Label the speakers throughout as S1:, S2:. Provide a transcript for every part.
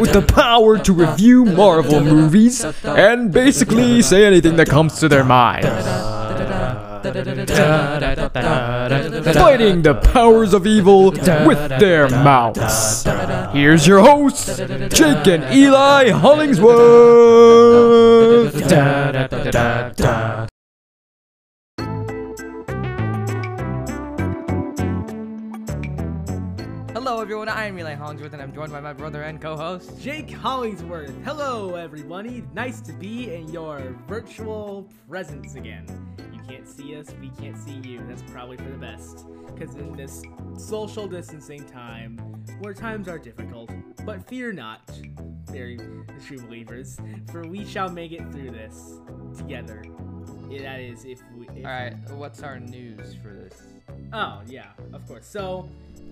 S1: with the power to review Marvel movies and basically say anything that comes to their minds. Fighting the powers of evil with their mouths. Here's your hosts, Jake and Eli Hollingsworth.
S2: Hello, everyone. I am Relay Hollingsworth, and I'm joined by my brother and co-host.
S3: Jake Hollingsworth. Hello, everybody. Nice to be in your virtual presence again. You can't see us, we can't see you. That's probably for the best. Because in this social distancing time, where times are difficult, but fear not, very true believers, for we shall make it through this together. Yeah, that is, if we. If
S2: All right, what's our news for this?
S3: Oh, yeah, of course. So,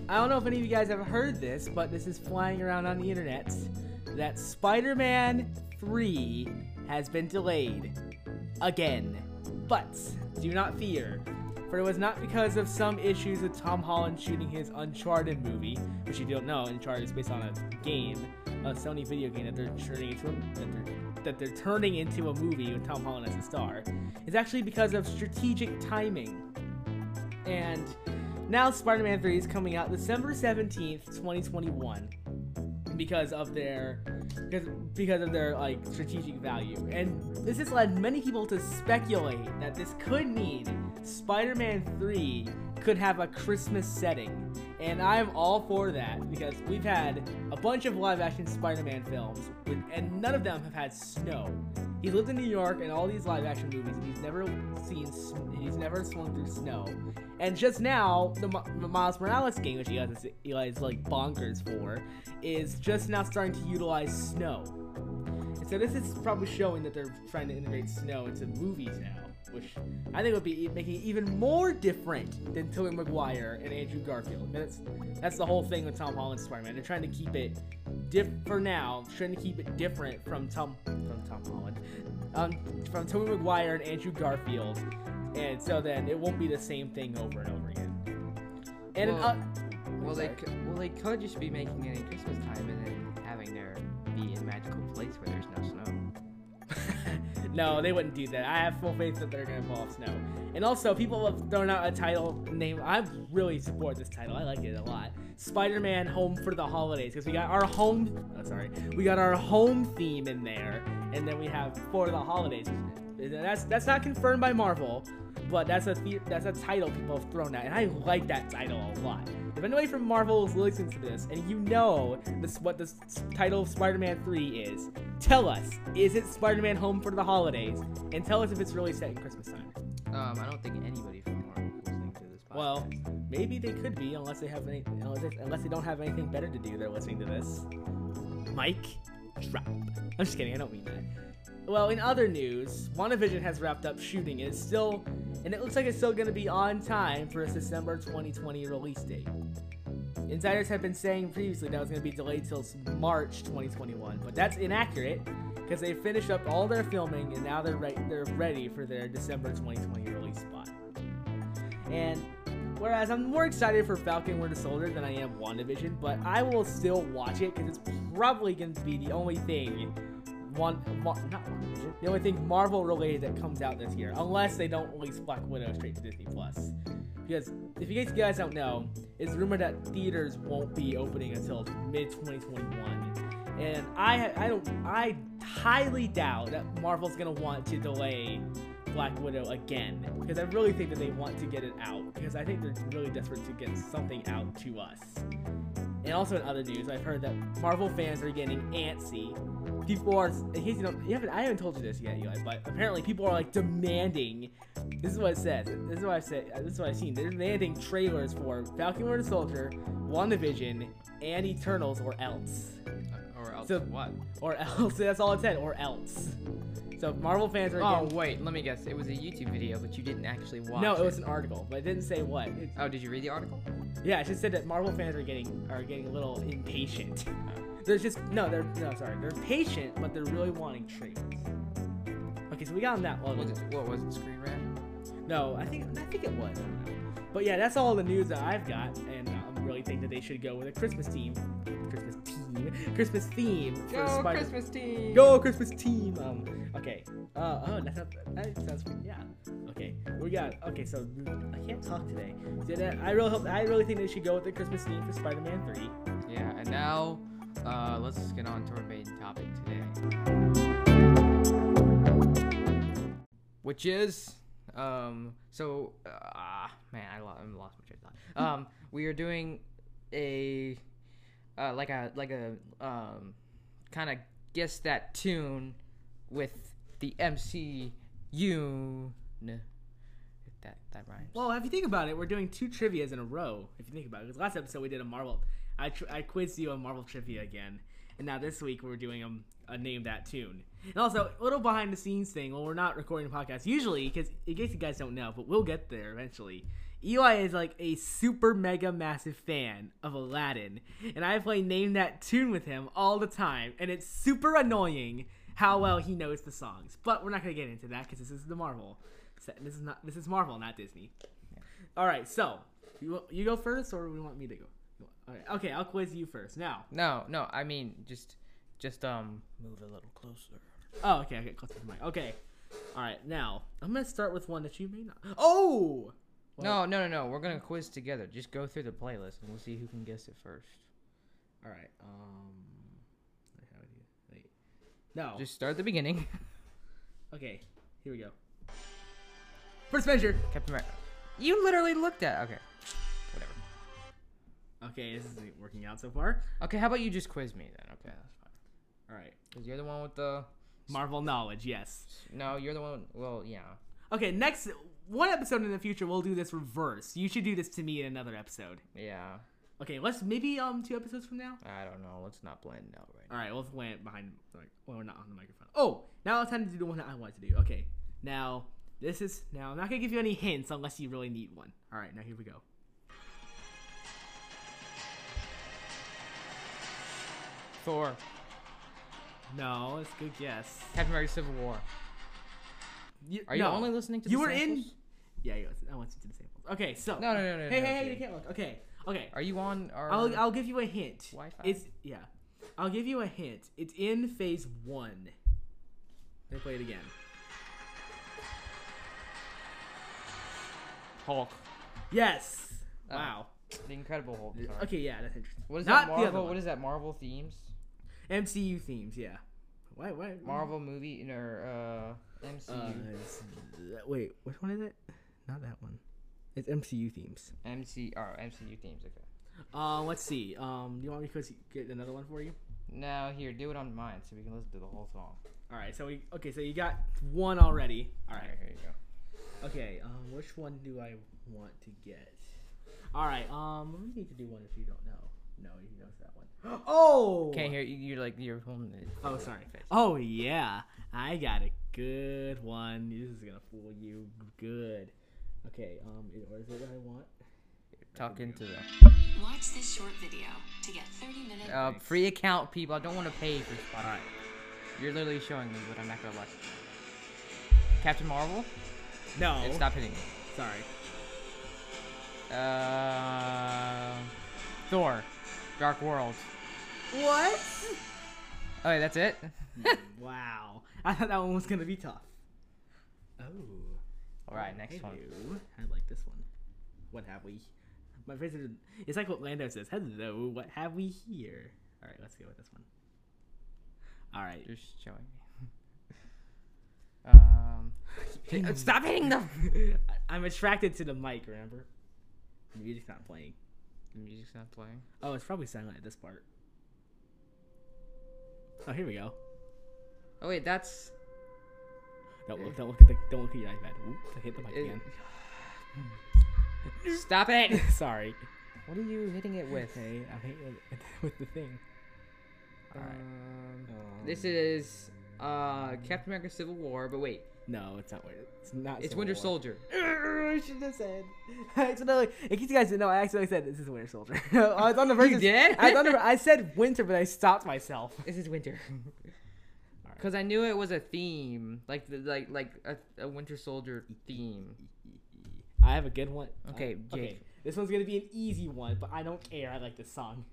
S3: I don't know if any of you guys have heard this, but this is flying around on the internet that Spider Man 3 has been delayed again. But do not fear, for it was not because of some issues with Tom Holland shooting his Uncharted movie, which you don't know, Uncharted is based on a game, a Sony video game that they're turning into a, that they're that they're turning into a movie with Tom Holland as a star. It's actually because of strategic timing. And now Spider Man 3 is coming out December 17th, 2021. Because of their because, because of their like strategic value. And this has led many people to speculate that this could mean Spider Man 3 could have a Christmas setting. And I'm all for that because we've had a bunch of live action Spider Man films, with, and none of them have had snow. He lived in New York and all these live action movies, and he's never seen, s- he's never swung through snow. And just now, the, M- the Miles Morales game, which Eli is, Eli is like bonkers for, is just now starting to utilize snow. And so this is probably showing that they're trying to integrate snow into movies now, which I think would be e- making it even more different than Tobey Maguire and Andrew Garfield. And that's that's the whole thing with Tom Holland's Spider-Man. They're trying to keep it diff for now, trying to keep it different from Tom from Tom Holland, um, from Tobey Maguire and Andrew Garfield, and so then it won't be the same thing over and over again. And uh, an
S2: Well-
S3: up-
S2: Well, they
S3: sorry.
S2: c- well they could just be making it in Christmas time and then having there be a magical place where there's no snow.
S3: no, they wouldn't do that. I have full faith that they're gonna involve Snow. And also, people have thrown out a title name. I really support this title. I like it a lot. Spider-Man: Home for the Holidays, because we got our home. Oh, sorry, we got our home theme in there, and then we have for the holidays. And That's that's not confirmed by Marvel, but that's a the- that's a title people have thrown out, and I like that title a lot. If anybody from Marvel is listening to this, and you know this what the s- title of Spider-Man 3 is, tell us: Is it Spider-Man: Home for the Holidays? And tell us if it's really set in Christmas time.
S2: Um, I don't think anybody from Marvel is listening to this podcast.
S3: Well, maybe they could be, unless they have any, unless they, unless they don't have anything better to do. They're listening to this. Mike, drop. I'm just kidding. I don't mean that. Well, in other news, WandaVision has wrapped up shooting. It's still, and it looks like it's still going to be on time for its December 2020 release date. Insiders have been saying previously that was going to be delayed till s- March 2021, but that's inaccurate because they finished up all their filming and now they're re- they're ready for their December 2020 release spot. And whereas I'm more excited for Falcon Winter Soldier than I am WandaVision, but I will still watch it because it's probably going to be the only thing. One, Mar- not WandaVision, the only thing Marvel related that comes out this year, unless they don't release Black Widow straight to Disney Plus. Because if you guys, you guys don't know, it's rumored that theaters won't be opening until mid 2021, and I I don't I highly doubt that Marvel's gonna want to delay Black Widow again because I really think that they want to get it out because I think they're really desperate to get something out to us. And also in other news, I've heard that Marvel fans are getting antsy. People are, in case you don't, you haven't, I haven't told you this yet, Eli, but apparently people are like demanding. This is what it says. This is what I said. uh, This is what I've seen. They're demanding trailers for Falcon Winter Soldier, WandaVision, and Eternals, or else,
S2: or else
S3: so-
S2: what?
S3: or else. That's all it said, or else. So Marvel fans are
S2: Oh
S3: again.
S2: wait, let me guess. It was a YouTube video, but you didn't actually watch.
S3: no, it was an article, but it didn't say what. It's,
S2: Oh, did you read the article?
S3: yeah, it just said that Marvel fans are getting are getting a little impatient. They're just no, they're no, sorry, they're patient, but they're really wanting trailers. Okay, so we got on that level.
S2: Was it, what was it? Screen rant?
S3: No, I think I think it was. I don't know. But yeah, that's all the news that I've got, and I really think that they should go with a Christmas team, Christmas team, Christmas theme for Spider.
S2: team.
S3: Go Christmas team. Um. Okay. Uh. Oh, that's not, that sounds pretty. Yeah. Okay. We got. Okay. So I can't talk today. Did I, I really hope. I really think they should go with the Christmas theme for Spider-Man Three.
S2: Yeah, and now uh, let's get on to our main topic today, which is um. So ah man, I lost, I lost my train of thought. Um, we are doing a uh, like a like a um kind of guess that tune with the MCU. That that rhymes.
S3: Well, if you think about it, we're doing two trivia's in a row. If you think about it, because last episode we did a Marvel, I tr- I quizzed you on Marvel trivia again, and now this week we're doing a, a name that tune. And also a little behind the scenes thing. Well, we're not recording a podcast usually, because in case you guys don't know, but we'll get there eventually. Eli is like a super mega massive fan of Aladdin, and I play name that tune with him all the time, and it's super annoying how well he knows the songs. But we're not gonna get into that because this is the Marvel. So This is not this is Marvel, not Disney. All right, so you wa- you go first, or we want me to go? All right, okay, I'll quiz you first. Now,
S2: No, no, I mean just just um move a little closer.
S3: oh, okay, I get close to the mic. Okay, all right, now I'm gonna start with one that you may not. Oh,
S2: No, no, no, no. We're gonna quiz together. Just go through the playlist and we'll see who can guess it first.
S3: all right. Um, how do you wait? No,
S2: Just start at the beginning.
S3: okay. Here we go. First measure.
S2: Captain America. You literally looked at. Okay, whatever.
S3: Okay, this isn't working out so far.
S2: Okay, how about you just quiz me then? Okay, that's fine.
S3: All right,
S2: Cause you're the one with the.
S3: Marvel knowledge. Yes.
S2: No, you're the one. Well, yeah.
S3: Okay, next one episode in the future, we'll do this reverse. You should do this to me in another episode.
S2: Yeah.
S3: Okay, let's maybe um two episodes from now.
S2: I don't know. Let's not blend it out right now.
S3: All right, we'll play it behind. Like, well, we're not on the microphone. Oh, now it's time to do the one that I wanted to do. Okay, now this is now. I'm not gonna give you any hints unless you really need one. All right, now here we go.
S2: Thor.
S3: No, it's a good guess.
S2: Captain America: Civil War. Are you
S3: no.
S2: only listening to?
S3: You
S2: the
S3: were in.
S2: samples?
S3: Yeah, yeah, I want you to the samples. Okay, so
S2: No, no, no, no.
S3: hey,
S2: no,
S3: hey, hey,
S2: Jay.
S3: you can't look. Okay, okay.
S2: Are you on? Our...
S3: I'll I'll give you a hint.
S2: Wi-Fi?
S3: It's yeah. I'll give you a hint. It's in phase one. They play it again.
S2: Hulk.
S3: Yes.
S2: Oh.
S3: Wow.
S2: The Incredible Hulk. Sorry.
S3: Okay, yeah, that's interesting.
S2: What is that
S3: Not the other
S2: Marvel?
S3: one.
S2: What is that Marvel themes?
S3: MCU themes, yeah. Why? Why?
S2: Marvel movie or uh,
S3: Uh,
S2: MCU?
S3: it's- uh, wait, which one is it? Not that one. It's MCU themes.
S2: MC or MCU themes? Okay.
S3: Uh, let's see. Um, do you want me to quiz- get another one for you?
S2: Now here, do it on mine so we can listen to the whole song.
S3: All right. So we okay. So you got one already. All
S2: All
S3: right.
S2: right, here you go.
S3: Okay. Um, which one do I want to get? All right. Um, we need to do one if you don't know. No, you know that one. Oh.
S2: Can't hear you. You're like you're holding it.
S3: Oh, sorry. Oh yeah, I got a good one. This is gonna fool you good. Okay, um, it- or is it what I want?
S2: Talk into the
S4: Watch this short video to get 30 minutes.
S2: uh, free account, people. I don't want to pay for Spotify.
S3: Alright.
S2: You're literally showing me, but I'm not gonna watch. it. Captain Marvel.
S3: No.
S2: It stopped hitting me.
S3: Sorry.
S2: Uh, Thor, Dark World.
S3: What?
S2: Oh, wait, that's it.
S3: wow. I thought that one was gonna be tough. Oh.
S2: All right, next one.
S3: Hello. I like this one. What have we? My face is. It's like what Lando says. Hello. What have we here? All right, let's go with this one. All right.
S2: You're showing me. um, uh, stop hitting the.
S3: I- I'm attracted to the mic. Remember. The music's not playing.
S2: The music's not playing.
S3: Oh, it's probably silent at this part. Oh, here we go.
S2: Oh wait, that's.
S3: Don't look, don't look at the, don't look at your iPad. Oop, I hit the mic
S2: it-
S3: again.
S2: Stop it!
S3: Sorry.
S2: What are you hitting it with? Uh,
S3: Hey, I'm hitting it with the thing. All right.
S2: Um, this is uh, Captain America: Civil War. But wait,
S3: No, it's not. Winter- It's not.
S2: it's
S3: Civil
S2: Winter
S3: War.
S2: Soldier.
S3: I shouldn't have said. accidentally, in case you guys didn't know, I accidentally said this is Winter Soldier. I was on the verge.
S2: You
S3: of-
S2: did?
S3: I, was on the, I said winter, but I stopped myself.
S2: This is winter. Because I knew it was a theme, like the, like like a, a Winter Soldier theme.
S3: I have a good one.
S2: Okay,
S3: Uh, okay.
S2: Jake.
S3: This one's gonna be an easy one, but I don't care. I like this song.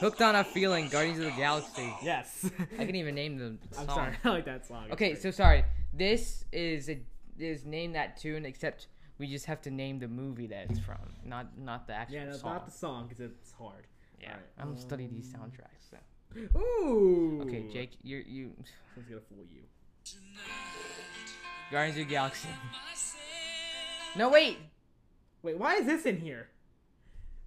S2: Hooked on a feeling, Guardians of the Galaxy.
S3: Yes.
S2: I can even name the song.
S3: I'm sorry. I like that song. It's
S2: Okay,
S3: great.
S2: so sorry. This is a, is name that tune, except we just have to name the movie that it's from, not not the actual
S3: yeah, no,
S2: song.
S3: not the song because it's hard.
S2: yeah,
S3: Alright.
S2: I'm studying these soundtracks. So.
S3: Ooh.
S2: Okay, Jake, you you
S3: This one's gonna fool you.
S2: Guardians of the Galaxy. No wait,
S3: Wait, why is this in here?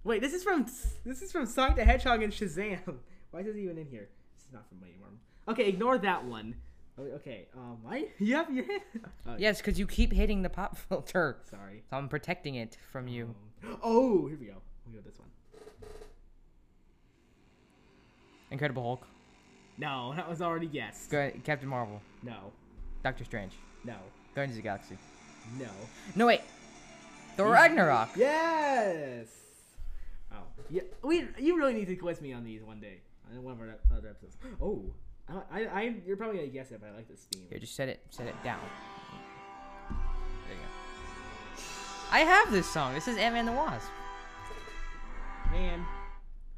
S3: Wait, this is from this is from Sonic the Hedgehog and Shazam. Why is this even in here? This is not from Mighty Morphin. Okay, ignore that one. Oh, Okay, um, why? Yep, you hit. Oh,
S2: yes, because you keep hitting the pop filter.
S3: Sorry.
S2: So I'm protecting it from you.
S3: Oh, here we go. We go this one.
S2: Incredible Hulk,
S3: No, that was already guessed.
S2: Gu- Captain Marvel,
S3: No,
S2: Doctor Strange,
S3: no,
S2: Guardians of the Galaxy.
S3: no.
S2: No wait, Thor Ragnarok.
S3: Yes. Oh, yeah. We you really need to quiz me on these one day on one of our other episodes. Oh, I, I, I you're probably gonna guess it, but I like this theme.
S2: Here, just set it, set it down. There you go. I have this song. This is Ant Man the Wasp.
S3: Man.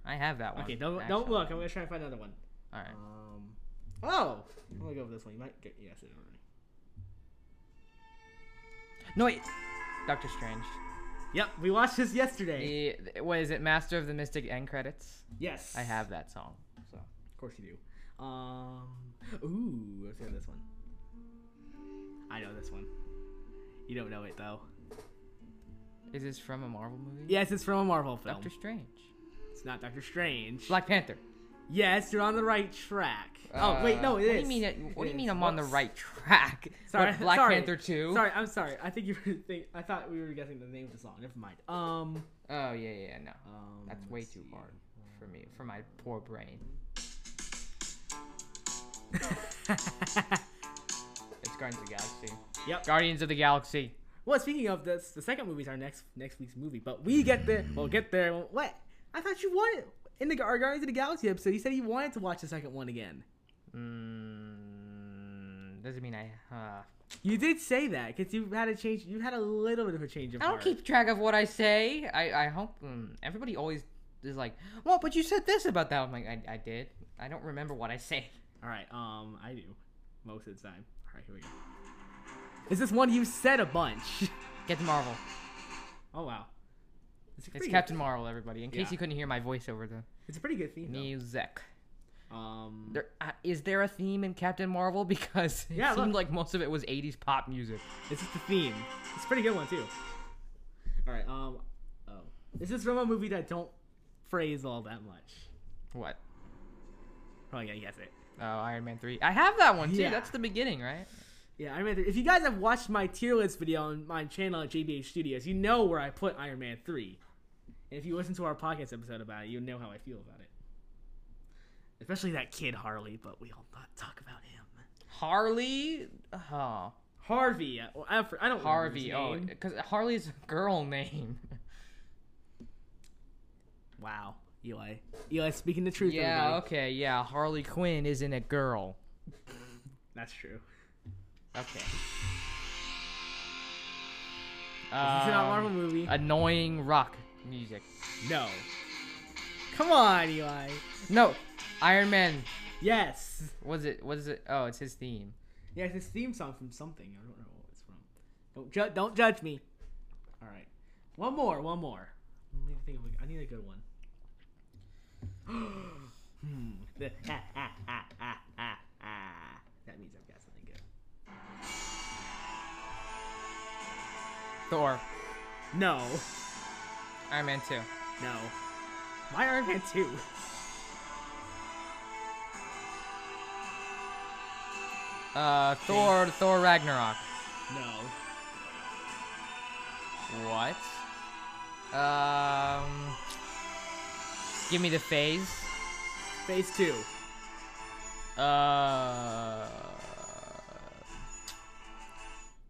S2: I have that one.
S3: Okay, don't don't
S2: actually.
S3: look. I'm gonna try and find another one.
S2: All right.
S3: Um. Oh, I'm gonna go with this one. You might get yes it already.
S2: No wait, Doctor Strange.
S3: Yep, we watched this yesterday.
S2: The what is it? Master of the Mystic end credits.
S3: Yes,
S2: I have that song. So
S3: Of course you do. Um. Ooh, let's go with this one. I know this one. You don't know it though.
S2: is this from a Marvel movie?
S3: Yes, it's from a Marvel film.
S2: Doctor Strange.
S3: It's not Doctor Strange.
S2: Black Panther.
S3: Yes, you're on the right track. oh wait, no,
S2: Uh,
S3: it is.
S2: What do you mean? it- What do you mean? I'm on the
S3: Whoops.
S2: right track.
S3: Sorry,
S2: What, Black
S3: sorry.
S2: Panther two.
S3: Sorry, I'm sorry. I think you were. Think, I thought we were guessing the name of the song. Never mind. Um.
S2: Oh yeah, yeah, yeah, no.
S3: um,
S2: That's way
S3: let's
S2: too
S3: see.
S2: hard for me, for my poor brain. It's Guardians of the Galaxy.
S3: Yep.
S2: Guardians of the Galaxy.
S3: Well, speaking of this, the second movie is our next next week's movie, but we get there. We'll get there. What? I thought you wanted in the our Guardians of the Galaxy episode. You said you wanted to watch the second one again.
S2: Mm, doesn't mean I. Uh,
S3: You did say that because you had a change. You had a little bit of a change of
S2: I don't
S3: heart.
S2: keep track of what I say. I I hope mm, everybody always is like, well, but you said this about that. I'm like, I, I did. I don't remember what I say.
S3: All right. Um, I do most of the time. All right, here we go. Is this one you said a bunch?
S2: Captain Marvel.
S3: Oh wow. a
S2: It's
S3: pretty good-
S2: Captain Marvel, everybody. In case
S3: Yeah.
S2: you couldn't hear my voice over the
S3: It's a pretty good theme. though.
S2: music.
S3: Um.
S2: There, uh, is there a theme in Captain Marvel? Because it
S3: Yeah, look.
S2: seemed like most of it was 80s pop music.
S3: This is the theme. It's a pretty good one too. All right. Um. Oh. This is from a movie that I don't praise all that much.
S2: What?
S3: Probably gonna guess it.
S2: Oh, Iron Man 3. I have that one too.
S3: Yeah.
S2: That's the beginning, right?
S3: Yeah, Iron Man. 3. If you guys have watched my tier list video on my channel at JBH Studios, you know where I put Iron Man three. And if you listen to our podcast episode about it, you know how I feel about it. Especially that kid Harley, but we'll not talk about him.
S2: Harley. Oh,
S3: Harvey. uh, well, I, for- I don't remember
S2: Harvey.
S3: his
S2: Oh,
S3: name.
S2: because Harley's a girl name.
S3: Wow, Eli. Eli speaking the truth.
S2: yeah,
S3: everybody.
S2: okay, yeah. Harley Quinn isn't a girl.
S3: that's true.
S2: Okay.
S3: It's not a
S2: Um,
S3: Marvel movie.
S2: Annoying rock music.
S3: No. Come on, Eli.
S2: No, Iron Man.
S3: Yes.
S2: Was it? Was it? Oh, it's his theme.
S3: Yeah, it's his theme song from something. I don't know what it's from. Don't ju- don't judge me. All right. One more. One more. I need to think of a, I need a good one. hmm. that means I've got something good.
S2: Thor.
S3: No.
S2: Iron Man 2.
S3: No. Why Iron Man 2?
S2: Uh, Thor, Thor Ragnarok.
S3: No.
S2: What? Um, give me the phase.
S3: Phase 2.
S2: Uh,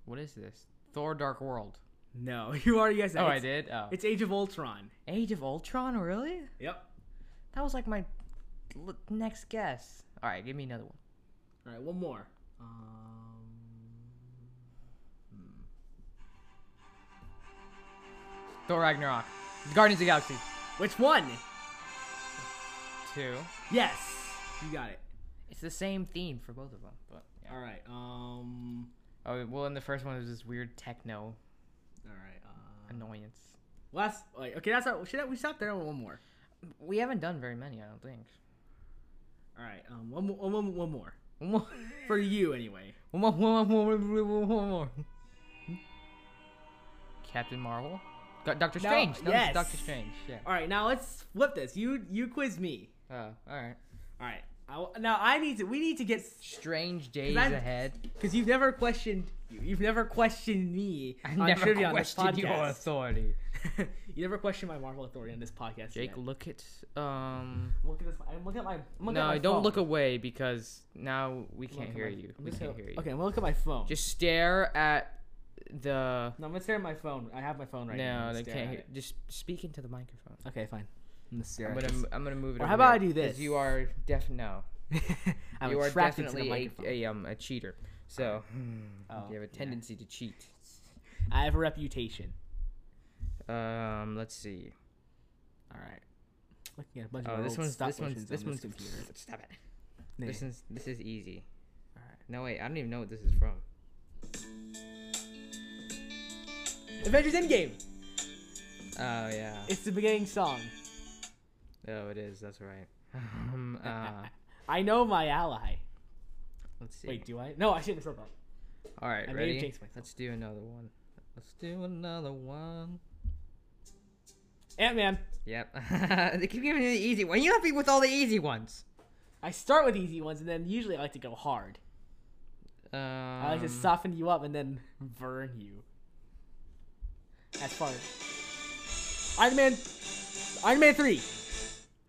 S2: what is this? Thor: Dark World.
S3: No, you already guessed that.
S2: Oh, I
S3: It's-
S2: did. Oh,
S3: It's Age of Ultron.
S2: Age of Ultron. Really?
S3: Yep.
S2: That was like my l- next guess. All right, give me another one.
S3: All right, one more. Um,
S2: Thor: Ragnarok. Guardians of the Galaxy.
S3: which one?
S2: Two.
S3: Yes, you got it.
S2: It's the same theme for both of them. But yeah.
S3: All right. Um,
S2: Oh well, in the first one it was this weird techno
S3: all right. Uh,
S2: annoyance.
S3: last. Wait, okay, that's our. Should I, we stop there? Or one more.
S2: We haven't done very many, I don't think.
S3: All right. Um, one, mo- one, one, one more
S2: One more.
S3: for you anyway.
S2: One more. One more. One more. One more, one more. Captain Marvel. Do- Doctor
S3: No,
S2: Strange. No,
S3: yes. Uh,
S2: yes. Doctor Strange. Yeah.
S3: All right, now let's flip this. You you quiz me.
S2: Oh, all right.
S3: All right. I w now I need to. We need to get
S2: Strange days
S3: I'm-
S2: ahead.
S3: because you've never questioned you. You've never questioned me
S2: I
S3: on
S2: never
S3: trivia on this
S2: questioned your
S3: podcast.
S2: authority.
S3: you never questioned my Marvel authority on this podcast.
S2: Jake,
S3: yet.
S2: look at um.
S3: look at this. I'm looking at my. I'm looking at
S2: no,
S3: my
S2: don't look
S3: phone.
S2: away because now we
S3: I'm
S2: can't
S3: looking
S2: hear
S3: at my-
S2: you.
S3: I'm
S2: We
S3: just
S2: can't
S3: gonna-
S2: hear you.
S3: Okay, I'm gonna look at my phone.
S2: Just stare at the.
S3: no, I'm gonna stare at my phone. I have my phone right now. I'm
S2: No,
S3: gonna
S2: they
S3: stare
S2: can't
S3: at
S2: hear.
S3: it.
S2: Just speak into the microphone.
S3: Okay, fine. I'm gonna stare.
S2: I'm
S3: at
S2: gonna,
S3: this.
S2: I'm gonna move it.
S3: Or
S2: over
S3: how about I
S2: here,
S3: do
S2: 'cause You
S3: this?
S2: are def. No,
S3: I'm
S2: you are
S3: attracted to the
S2: definitely a,
S3: microphone.
S2: a um a cheater. So
S3: Oh,
S2: you have a tendency to cheat.
S3: I have a reputation.
S2: Um, let's see.
S3: All right. Looking at a bunch of
S2: Oh,
S3: our
S2: this
S3: old
S2: one's
S3: stop
S2: this one's
S3: motions
S2: this
S3: on
S2: one's
S3: computer.
S2: Stop it.
S3: Yeah.
S2: This is this is easy.
S3: Alright.
S2: No wait, I don't even know what this is from.
S3: Avengers Endgame.
S2: Oh yeah.
S3: It's the beginning song.
S2: Oh, it is. That's right. Um, uh,
S3: I know my ally.
S2: let's see.
S3: Wait, do I? No, I shouldn't have said that.
S2: All right,
S3: I may have
S2: ready?
S3: jinxed myself.
S2: Let's do another one. Let's do another one.
S3: Ant Man.
S2: Yep. they keep giving me the easy one. You help me with all the easy ones.
S3: I start with easy ones, and then usually I like to go hard.
S2: Um,
S3: I like to soften you up and then burn you. That's fun. Iron Man. Iron Man Three.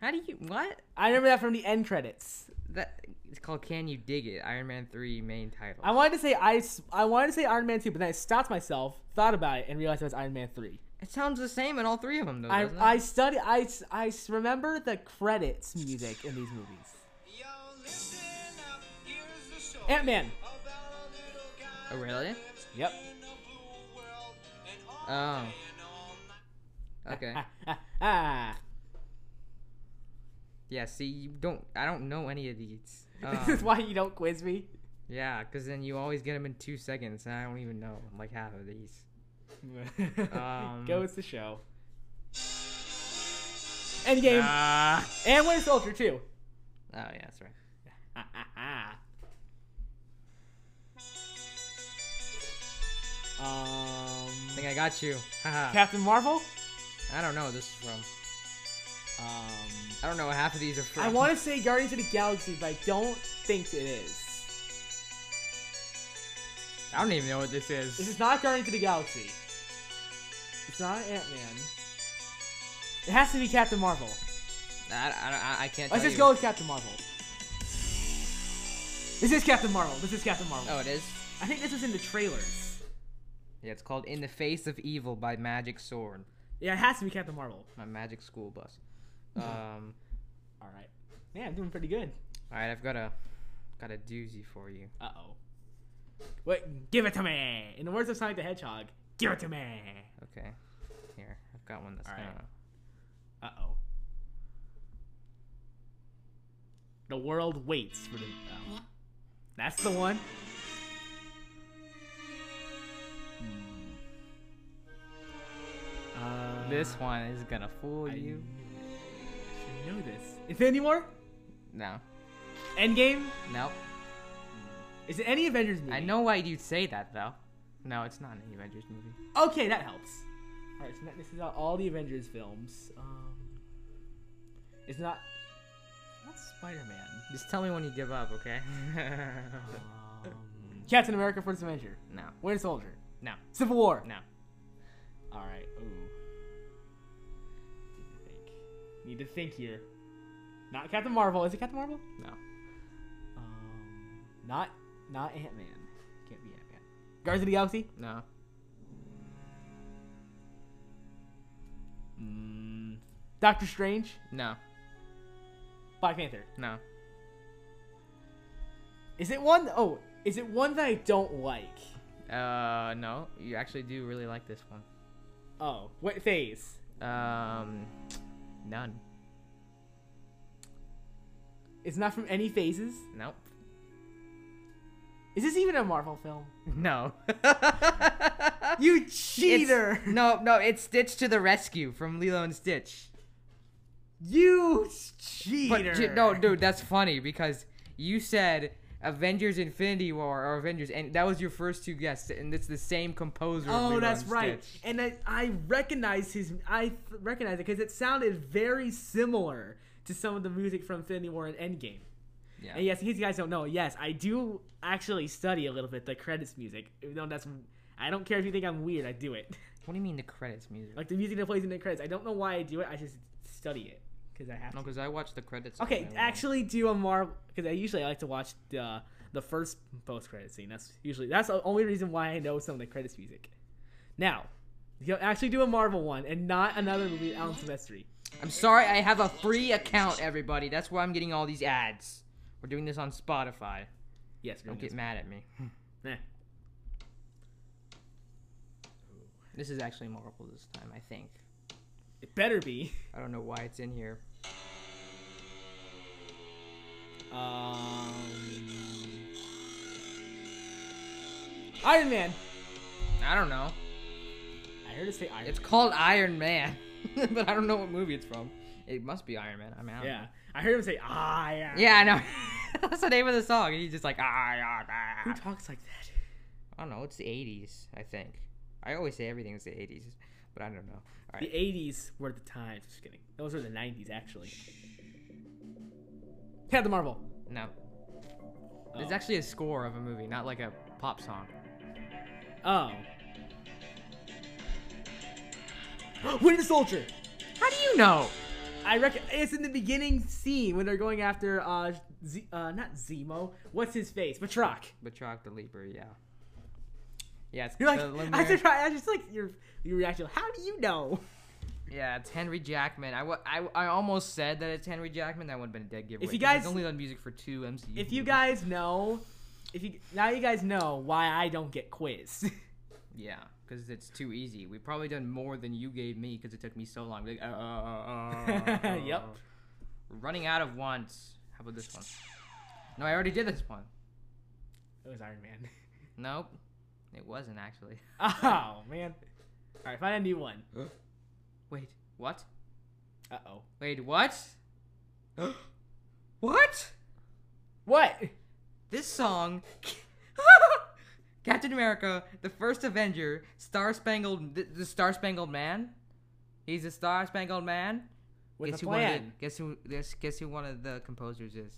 S2: How do you what?
S3: I remember that from the end credits.
S2: That it's called Can You Dig It? Iron Man Three main title.
S3: I wanted to say I, s- I wanted to say Iron Man Two, but then I stopped myself, thought about it, and realized it was Iron Man Three.
S2: It sounds the same in all three of them, though.
S3: I
S2: doesn't
S3: I
S2: it?
S3: study I, s- I s- remember the credits music in these movies. Ant Man.
S2: Oh, really?
S3: Yep.
S2: Oh. Okay.
S3: Ah.
S2: yeah. See, you don't. I don't know any of these.
S3: this
S2: Um,
S3: is why you don't quiz me.
S2: yeah, because then you always get them in two seconds, and I don't even know like half of these. Um,
S3: Goes to show. Endgame
S2: Ah.
S3: and Winter Soldier too.
S2: oh yeah, that's right.
S3: um,
S2: I think I got you. Haha.
S3: Captain Marvel.
S2: I don't know what this is from.
S3: Um,
S2: I don't know what half of these are from.
S3: I want to say Guardians of the Galaxy, but I don't think it is.
S2: I don't even know what this is.
S3: This is not Guardians of the Galaxy. It's not Ant Man. It has to be Captain Marvel.
S2: I, I, I, I can't.
S3: Let's
S2: tell
S3: just
S2: you.
S3: go with Captain Marvel. This is Captain Marvel. This is Captain Marvel.
S2: Oh, it is.
S3: I think this was in the trailers.
S2: Yeah, it's called "In the Face of Evil" by Magic Sword.
S3: Yeah, it has to be Captain Marvel.
S2: My Magic School Bus.
S3: Hmm.
S2: Um.
S3: All right. Yeah, I'm doing pretty good.
S2: All right, I've got a got a doozy for you.
S3: Uh oh. Wait, give it to me. In the words of Sonic the Hedgehog, give it to me.
S2: Okay, here I've got one that's
S3: All right.
S2: kinda-
S3: Uh oh. The world waits for the. oh. That's the one. Uh,
S2: This one is gonna fool
S3: I
S2: you.
S3: should know this. Infinity War,
S2: No,
S3: Endgame.
S2: no.
S3: Is it any Avengers movie?
S2: I know why you'd say that though. No, it's not an Avengers movie.
S3: Okay, that helps. All right, so that, this is not all the Avengers films. Um, it's not. Not Spider Man.
S2: Just tell me when you give up, okay?
S3: Captain America: First Avenger,
S2: no,
S3: Winter Soldier,
S2: no,
S3: Civil War.
S2: no.
S3: All right. Ooh. Need to think. Need to think here. Not Captain Marvel. Is it Captain Marvel?
S2: No.
S3: Um, Not not Ant Man. Can't be Ant Man. Guardians of the Galaxy.
S2: No.
S3: Mm, Doctor Strange.
S2: No.
S3: Black Panther.
S2: No.
S3: Is it one oh is it one that I don't like?
S2: Uh, no. You actually do really like this one.
S3: Oh, what phase?
S2: Um, none.
S3: It's not from any phases.
S2: Nope.
S3: Is this even a Marvel film?
S2: No.
S3: You
S2: It's-
S3: cheater!
S2: No, no. It's Stitch to the Rescue from Lilo and Stitch.
S3: You
S2: But
S3: cheater!
S2: j- no, dude, that's funny because you said Avengers Infinity War or Avengers, and that was your first two guesses, and it's the same composer. of Lilo
S3: Oh, that's
S2: and
S3: right.
S2: Stitch.
S3: And I, I recognize his. I th- recognize it because it sounded very similar to some of the music from Infinity War and Endgame.
S2: Yeah.
S3: And yes, in case you guys don't know, yes, I do actually study a little bit the credits music. Even though that's, I don't care if you think I'm weird. I do it.
S2: What do you mean the credits music?
S3: Like the music that plays in the credits. I don't know why I do it. I just study it because I have
S2: no,
S3: to.
S2: because I watched the credits. on
S3: Okay,
S2: my own.
S3: actually do a Marvel because I usually like to watch the the first post credit scene. That's usually that's the only reason why I know some of the credits music. Now, you can actually do a Marvel one and not another movie with Alan Silvestri.
S2: I'm sorry, I have a free account, everybody. That's why I'm getting all these ads. We're doing this on Spotify.
S3: Yes, we're
S2: Don't
S3: doing
S2: get mad at me.
S3: this. Nah.
S2: This is actually Marvel this time, I think.
S3: It better be.
S2: I don't know why it's in here.
S3: Um, Iron Man.
S2: I don't know.
S3: I heard it say Iron.
S2: It's
S3: Man.
S2: called Iron Man, but I don't know what movie it's from. It must be Iron Man. I mean, I don't
S3: Yeah, I heard him say ah yeah.
S2: know. Yeah, I know. That's the name of the song. And he's just like, ah, ah, ah.
S3: Who talks like that?
S2: I don't know. It's the 80s, I think. I always say everything is the 80s, but I don't know. All
S3: The
S2: right.
S3: '80s were the times. Just kidding. Those were the '90s, actually. Captain Marvel.
S2: No. There's
S3: Oh.
S2: actually a score of a movie, not like a pop song.
S3: Oh. Winter Soldier.
S2: How do you know?
S3: I reckon it's in the beginning scene when they're going after uh, Z- uh not Zemo. What's his face? Batroc.
S2: Batroc the Leaper, yeah. Yeah, it's
S3: You're like,
S2: the
S3: I
S2: Lumiere-
S3: just, I just like your your reaction. How do you know?
S2: yeah, it's Henry Jackman. I, wa- I, I almost said that it's Henry Jackman. That would have been a dead giveaway.
S3: If you
S2: 'cause he's
S3: guys-
S2: only done music for two MCU.
S3: If you
S2: movies.
S3: guys know, if you now you guys know why I don't get quizzed.
S2: yeah, because it's too easy. We've probably done more than you gave me because it took me so long. Like, uh, uh, uh, uh,
S3: Yep.
S2: We're running out of ones. How about this one? No, I already did this one.
S3: It was Iron Man.
S2: Nope, it wasn't actually.
S3: Oh man. All right, find a new one.
S2: Wait, what?
S3: Uh oh.
S2: Wait, what? what?
S3: What?
S2: this song Captain America, the first Avenger, Star Spangled the, the Star Spangled Man. He's a Star Spangled Man.
S3: With
S2: guess
S3: a
S2: who one of the-
S3: plan.
S2: guess who guess, guess who one of the composers is?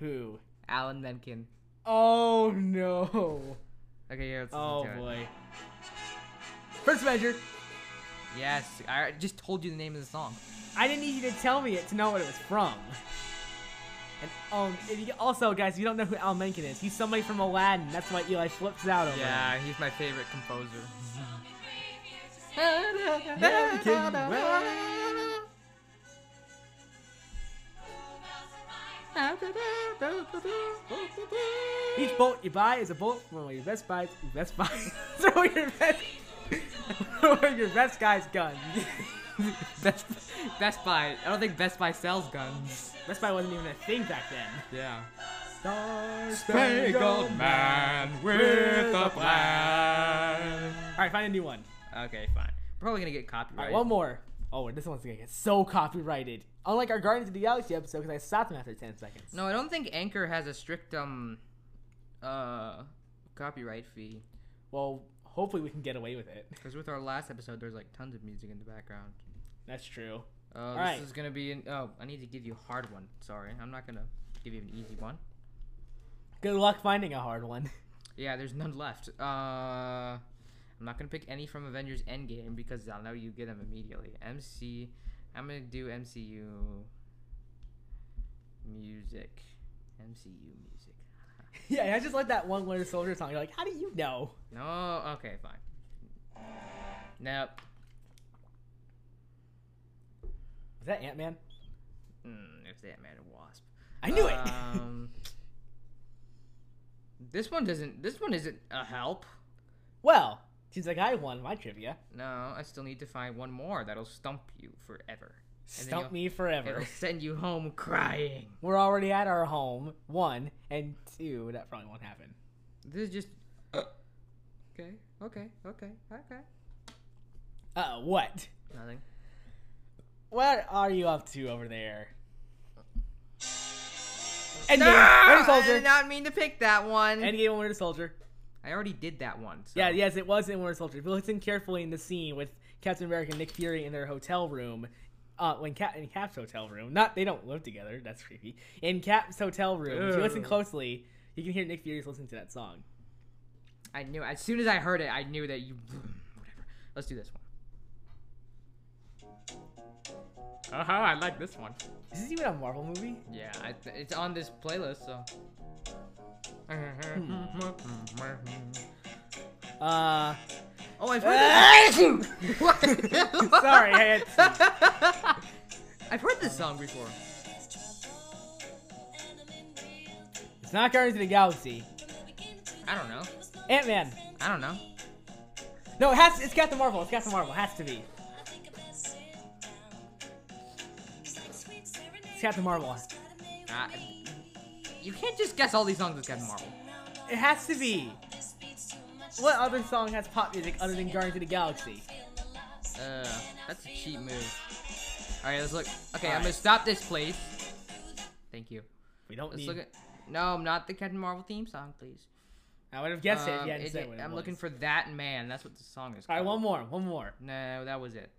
S3: Who?
S2: Alan Menken.
S3: Oh no.
S2: Okay, here, let's listen
S3: Oh
S2: to it.
S3: boy. First measure.
S2: Yes, I just told you the name of the song.
S3: I didn't need you to tell me it to know what it was from. And um, if you, also guys, if you don't know who Al Menken is, he's somebody from Aladdin. That's why Eli flips out over. him.
S2: Yeah, he's my favorite composer.
S3: American way. Each boat you buy is a boat from one of your best buys. Your best buys. Throw your best. Throw your best guy's gun.
S2: Best Best Buy. I don't think Best Buy sells guns.
S3: Best Buy wasn't even a thing back then.
S2: Yeah.
S3: Star
S2: man
S3: with a
S2: plan.
S3: All right, find a new one.
S2: Okay, fine. We're probably gonna get
S3: All
S2: copyright.
S3: right, one more. Oh, this one's gonna get so copyrighted. Unlike our Guardians of the Galaxy episode, because I stopped them after 10 seconds.
S2: No, I don't think Anchor has a strict um uh copyright fee
S3: Well, hopefully we can get away with it.
S2: because with our last episode, there's like tons of music in the background.
S3: That's true.
S2: Uh, this
S3: right.
S2: is gonna be an oh, I need to give you a hard one. Sorry, I'm not gonna give you an easy one.
S3: Good luck finding a hard one.
S2: Yeah, there's none left. Uh, I'm not gonna pick any from Avengers Endgame because I'll know you get them immediately. MC, I'm gonna do MCU music, MCU music.
S3: Yeah, I just like that one letter soldier song. You're like, how do you know?
S2: No. Okay. Fine. Nope.
S3: Is that Ant Man?
S2: Mm, if that man a wasp.
S3: I knew it.
S2: Um. this one doesn't. This one isn't a help.
S3: Well, seems like I won my trivia.
S2: No, I still need to find one more that'll stump you forever. And then
S3: Stump
S2: you'll-
S3: me forever.
S2: It'll send you home crying.
S3: We're already at our home. One and two. That probably won't happen.
S2: This is just. Okay. Okay. Okay. Okay.
S3: Uh, what?
S2: Nothing.
S3: What are you up to over there? Endgame. Winter
S2: I did
S3: Soldier.
S2: not mean to pick that one.
S3: Endgame and Winter Soldier.
S2: I already did that one. So.
S3: Yeah, yes, it was in Winter Soldier. If you listen carefully in the scene with Captain America and Nick Fury in their hotel room, uh, when Cap in Cap's hotel room, not they don't live together. That's creepy. In Cap's hotel room, if you listen
S2: Ew.
S3: closely, you can hear Nick Fury's listening to that song.
S2: I knew. As soon as I heard it, I knew that you. Whatever. Let's do this one. Uh huh. I like this one.
S3: Is this even a Marvel movie?
S2: Yeah, I th- it's on this playlist, so.
S3: Oh, Uh,
S2: Oh, I've heard this. What?
S3: sorry, I had to-
S2: I've heard this song before.
S3: it's not Guardians of the Galaxy.
S2: I don't know.
S3: Ant Man.
S2: I don't know.
S3: No, it has. It's Captain Marvel. It's Captain Marvel. It has to be. It's Captain Marvel.
S2: Uh, you can't just guess all these songs with Captain Marvel.
S3: It has to be. What other song has pop music other than Guardians of the Galaxy?
S2: Uh, that's a cheap move. All right, let's look. Okay, I'm gonna stop this, please. Thank you.
S3: We don't
S2: Let's
S3: need.
S2: look at. No, not the Captain Marvel theme song, please.
S3: I would have guessed it.
S2: Um,
S3: Yeah,
S2: it-
S3: it,
S2: it- I'm looking for that man. That's what the song is.
S3: All
S2: Called.
S3: right, one more, one more.
S2: No, that was it.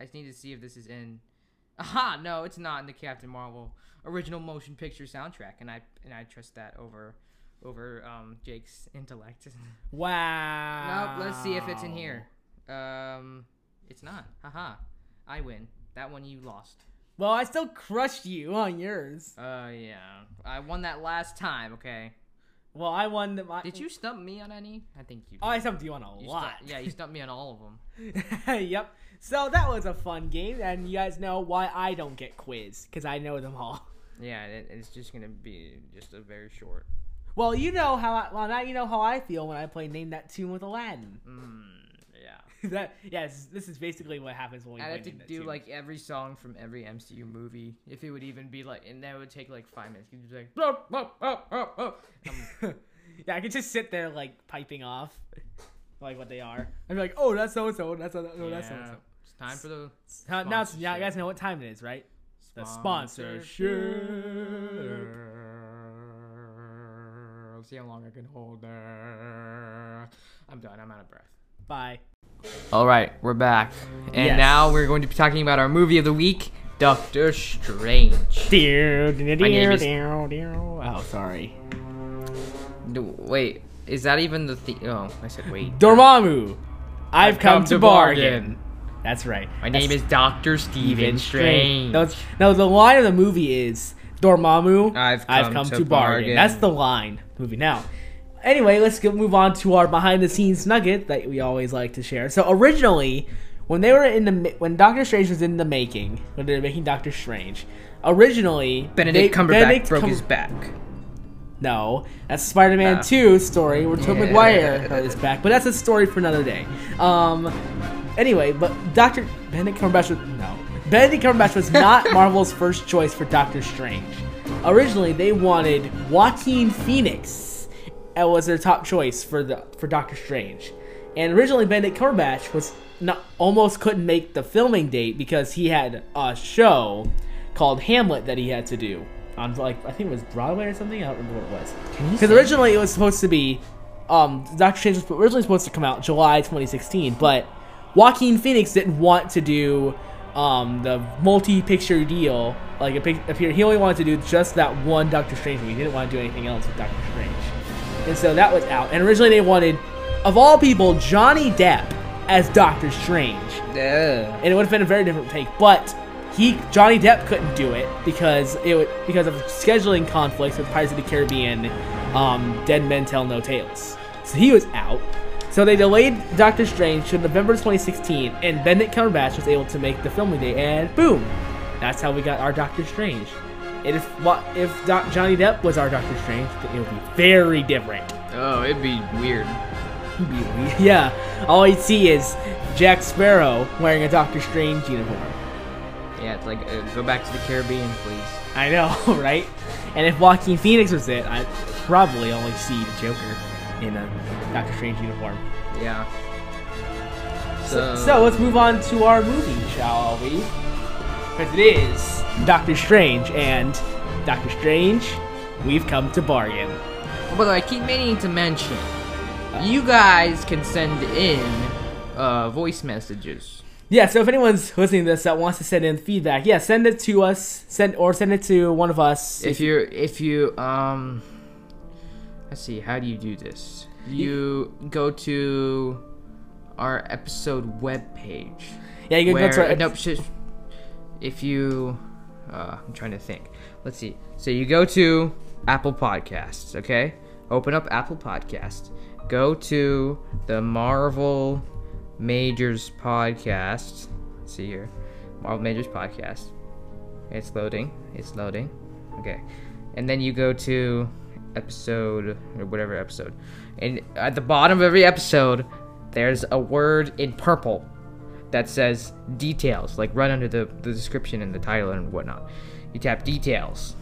S2: I just need to see if this is in. Aha! No, it's not in the Captain Marvel original motion picture soundtrack, and I and I trust that over, over um Jake's intellect.
S3: Wow.
S2: Nope. Let's see if it's in here. Um, it's not. Haha. I win. That one you lost.
S3: Well, I still crushed you on yours.
S2: Uh, yeah. I won that last time. Okay.
S3: Well, I won. The, my,
S2: Did you stump me on any? I think you.
S3: Oh, I stumped you on a
S2: You
S3: lot.
S2: stu- yeah, you stumped me on all of them.
S3: yep. So that was a fun game, and you guys know why I don't get quiz because I know them all.
S2: Yeah, it, it's just gonna be just a very short.
S3: Well, you know how. I, well, now you know how I feel when I play Name That Tune with Aladdin.
S2: Mm, Yeah.
S3: that yes, this is basically what happens when we.
S2: I'd
S3: play
S2: have to
S3: Name That
S2: do
S3: Tune.
S2: like every song from every MCU movie, if it would even be like, and that would take like five minutes. You'd be like, blah, blah, blah, blah, blah. Um,
S3: yeah, I could just sit there like piping off, like what they are. I'd be like, oh, that's so and so, that's so, oh, that's so and
S2: yeah,
S3: so.
S2: it's time for the
S3: Now, now, it's- now you
S2: Sponsorship.
S3: guys know what time it is, right? The sponsorship.
S2: Let's see how long I can hold that. I'm done. I'm out of breath.
S3: Bye.
S2: All right, we're back, and
S3: Yes.
S2: now we're going to be talking about our movie of the week, Doctor Strange. name is-
S3: Oh, sorry.
S2: No, wait, is that even the theme? Oh, I said wait.
S3: Dormammu, I've come,
S2: come
S3: to
S2: to
S3: bargain. That's right.
S2: My name is Doctor Stephen Strange.
S3: No, it's- no, the line of the movie is Dormammu,
S2: I've come to bargain.
S3: That's the line. of the movie now. Anyway, let's go, move on to our behind the scenes nugget that we always like to share. So originally, when they were in the ma- when Doctor Strange was in the making, when they were making Doctor Strange, originally
S2: Benedict
S3: they-
S2: Cumberbatch
S3: Benedict
S2: broke
S3: Cum-
S2: his back.
S3: no, that's Spider-Man
S2: Ah.
S3: 2 story where Tobey
S2: Yeah.
S3: Maguire hurt his back, but that's a story for another day. Um, anyway, but Doctor Benedict Cumberbatch was no Benedict Cumberbatch was not Marvel's first choice for Doctor Strange. Originally, they wanted Joaquin Phoenix as was their top choice for the for Doctor Strange, and originally Benedict Cumberbatch was not, almost couldn't make the filming date because he had a show called Hamlet that he had to do on like I think it was Broadway or something. I don't remember what it was. Because originally it was supposed to be, um, Doctor Strange was originally supposed to come out July 2016, but Joaquin Phoenix didn't want to do um, the multi-picture deal. Like a pic- appear, he only wanted to do just that one Doctor Strange movie. He didn't want to do anything else with Doctor Strange, and so that was out. And originally they wanted, of all people, Johnny Depp as Doctor Strange and it would have been a very different take. But he Johnny Depp couldn't do it because it would because of scheduling conflicts with Pirates of the Caribbean um, Dead Men Tell No Tales. So he was out. So they delayed Doctor Strange to November 2016, and Benedict Cumberbatch was able to make the filming day, and boom, that's how we got our Doctor Strange. And if what if Doc, Johnny Depp was our Doctor Strange, it would be very different.
S2: Oh, it'd be weird.
S3: It'd be weird. Yeah, all you'd see is Jack Sparrow wearing a Doctor Strange uniform.
S2: Yeah, it's like uh, go back to the Caribbean, please.
S3: I know, right? And if Joaquin Phoenix was it, I'd probably only see the Joker in a Doctor Strange uniform.
S2: Yeah.
S3: So, so let's move on to our movie, shall we? Because it is Doctor Strange, and Doctor Strange, we've come to bargain.
S2: By the way, I keep meaning to mention, you guys can send in uh, voice messages.
S3: Yeah, so if anyone's listening to this that wants to send in feedback, yeah, send it to us, send or send it to one of us.
S2: If you if you um, let's see, how do you do this? You go to our episode webpage.
S3: yeah, you can
S2: where,
S3: go to our,
S2: nope, shit. if you, uh, I'm trying to think. Let's see. So you go to Apple Podcasts, okay? Open up Apple Podcasts. Go to the Marvel Majors podcast. Let's see here, Marvel Majors podcast. It's loading. It's loading. Okay, and then you go to episode or whatever episode, and at the bottom of every episode, there's a word in purple that says details, like right under the, the description and the title and whatnot. You tap details,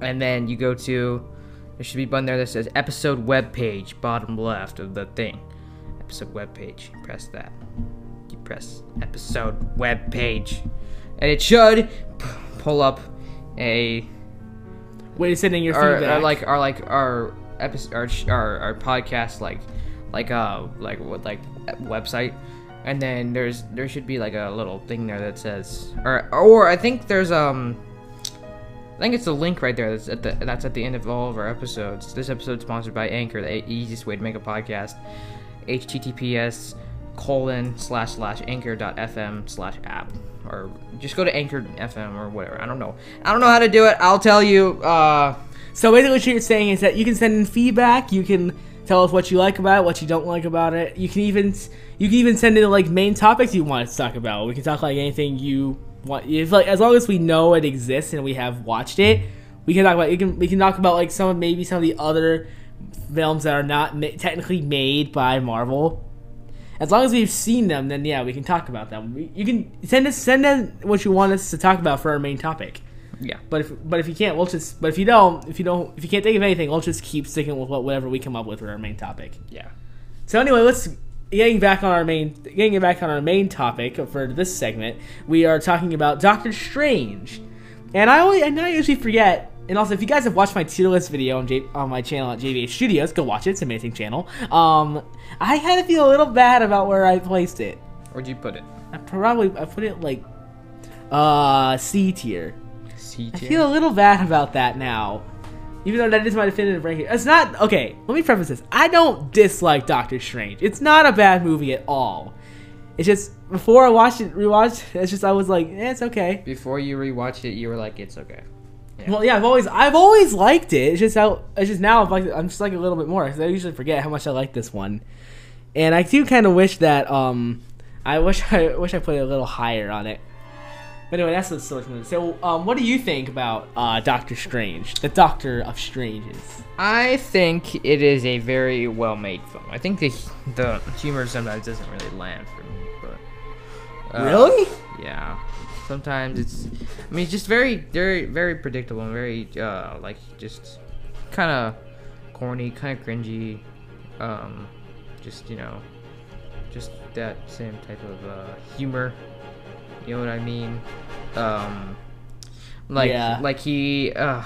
S2: and then you go to there should be a button there that says episode web page, bottom left of the thing. Episode web page. Press that. You press episode web page, and it should p- pull up a
S3: way to send in your
S2: our,
S3: feedback.
S2: our like our like our episode our, sh- our our podcast like like uh like what like website and then there's there should be like a little thing there that says or or I think there's um I think it's a link right there that's at the that's at the end of all of our episodes. This episode's sponsored by Anchor, the e- easiest way to make a podcast. https colon slash slash anchor.fm slash app or just go to anchor fm or whatever i don't know i don't know how to do it i'll tell you uh
S3: So basically, what you're saying is that you can send in feedback. You can tell us what you like about it, what you don't like about it. You can even you can even send in like main topics you want us to talk about. We can talk like anything you want. If like as long as we know it exists and we have watched it, we can talk about. You can we can talk about like some maybe some of the other films that are not ma- technically made by Marvel. As long as we've seen them, then yeah, we can talk about them. We, you can send us send in what you want us to talk about for our main topic.
S2: yeah
S3: But if but if you can't, we'll just. But if you don't, if you don't, if you can't think of anything, we'll just keep sticking with what whatever we come up with for our main topic.
S2: yeah
S3: So anyway, let's getting back on our main getting back on our main topic for this segment. We are talking about Doctor Strange, and I always, and I usually forget. And also, if you guys have watched my tier list video on, J, on my channel at JVH Studios, go watch it. It's an amazing channel. Um, I had to feel a little bad about where I placed it.
S2: Where'd you put it?
S3: I probably I put it like uh C tier.
S2: C
S3: I feel a little bad about that now. Even though that is my definitive ranking. It's not okay, let me preface this. I don't dislike Doctor Strange. It's not a bad movie at all. It's just before I watched it rewatched, it's just I was like, eh, it's okay.
S2: Before you rewatched it, you were like, "It's okay."
S3: Well yeah, I've always I've always liked it. It's just how it's just now I've liked it, I'm just like a little bit more because I usually forget how much I like this one. And I do kinda wish that um I wish I wish I put it a little higher on it. But anyway, that's the sort of So, um, what do you think about uh, Doctor Strange, the Doctor of Stranges?
S2: I think it is a very well-made film. I think the the humor sometimes doesn't really land for me, but uh,
S3: really?
S2: yeah, sometimes it's. I mean, it's just very, very, very predictable and very uh, like just kind of corny, kind of cringy. Um, just you know, just that same type of uh, humor. You know what I mean? Um, like
S3: Yeah.
S2: like he. Uh,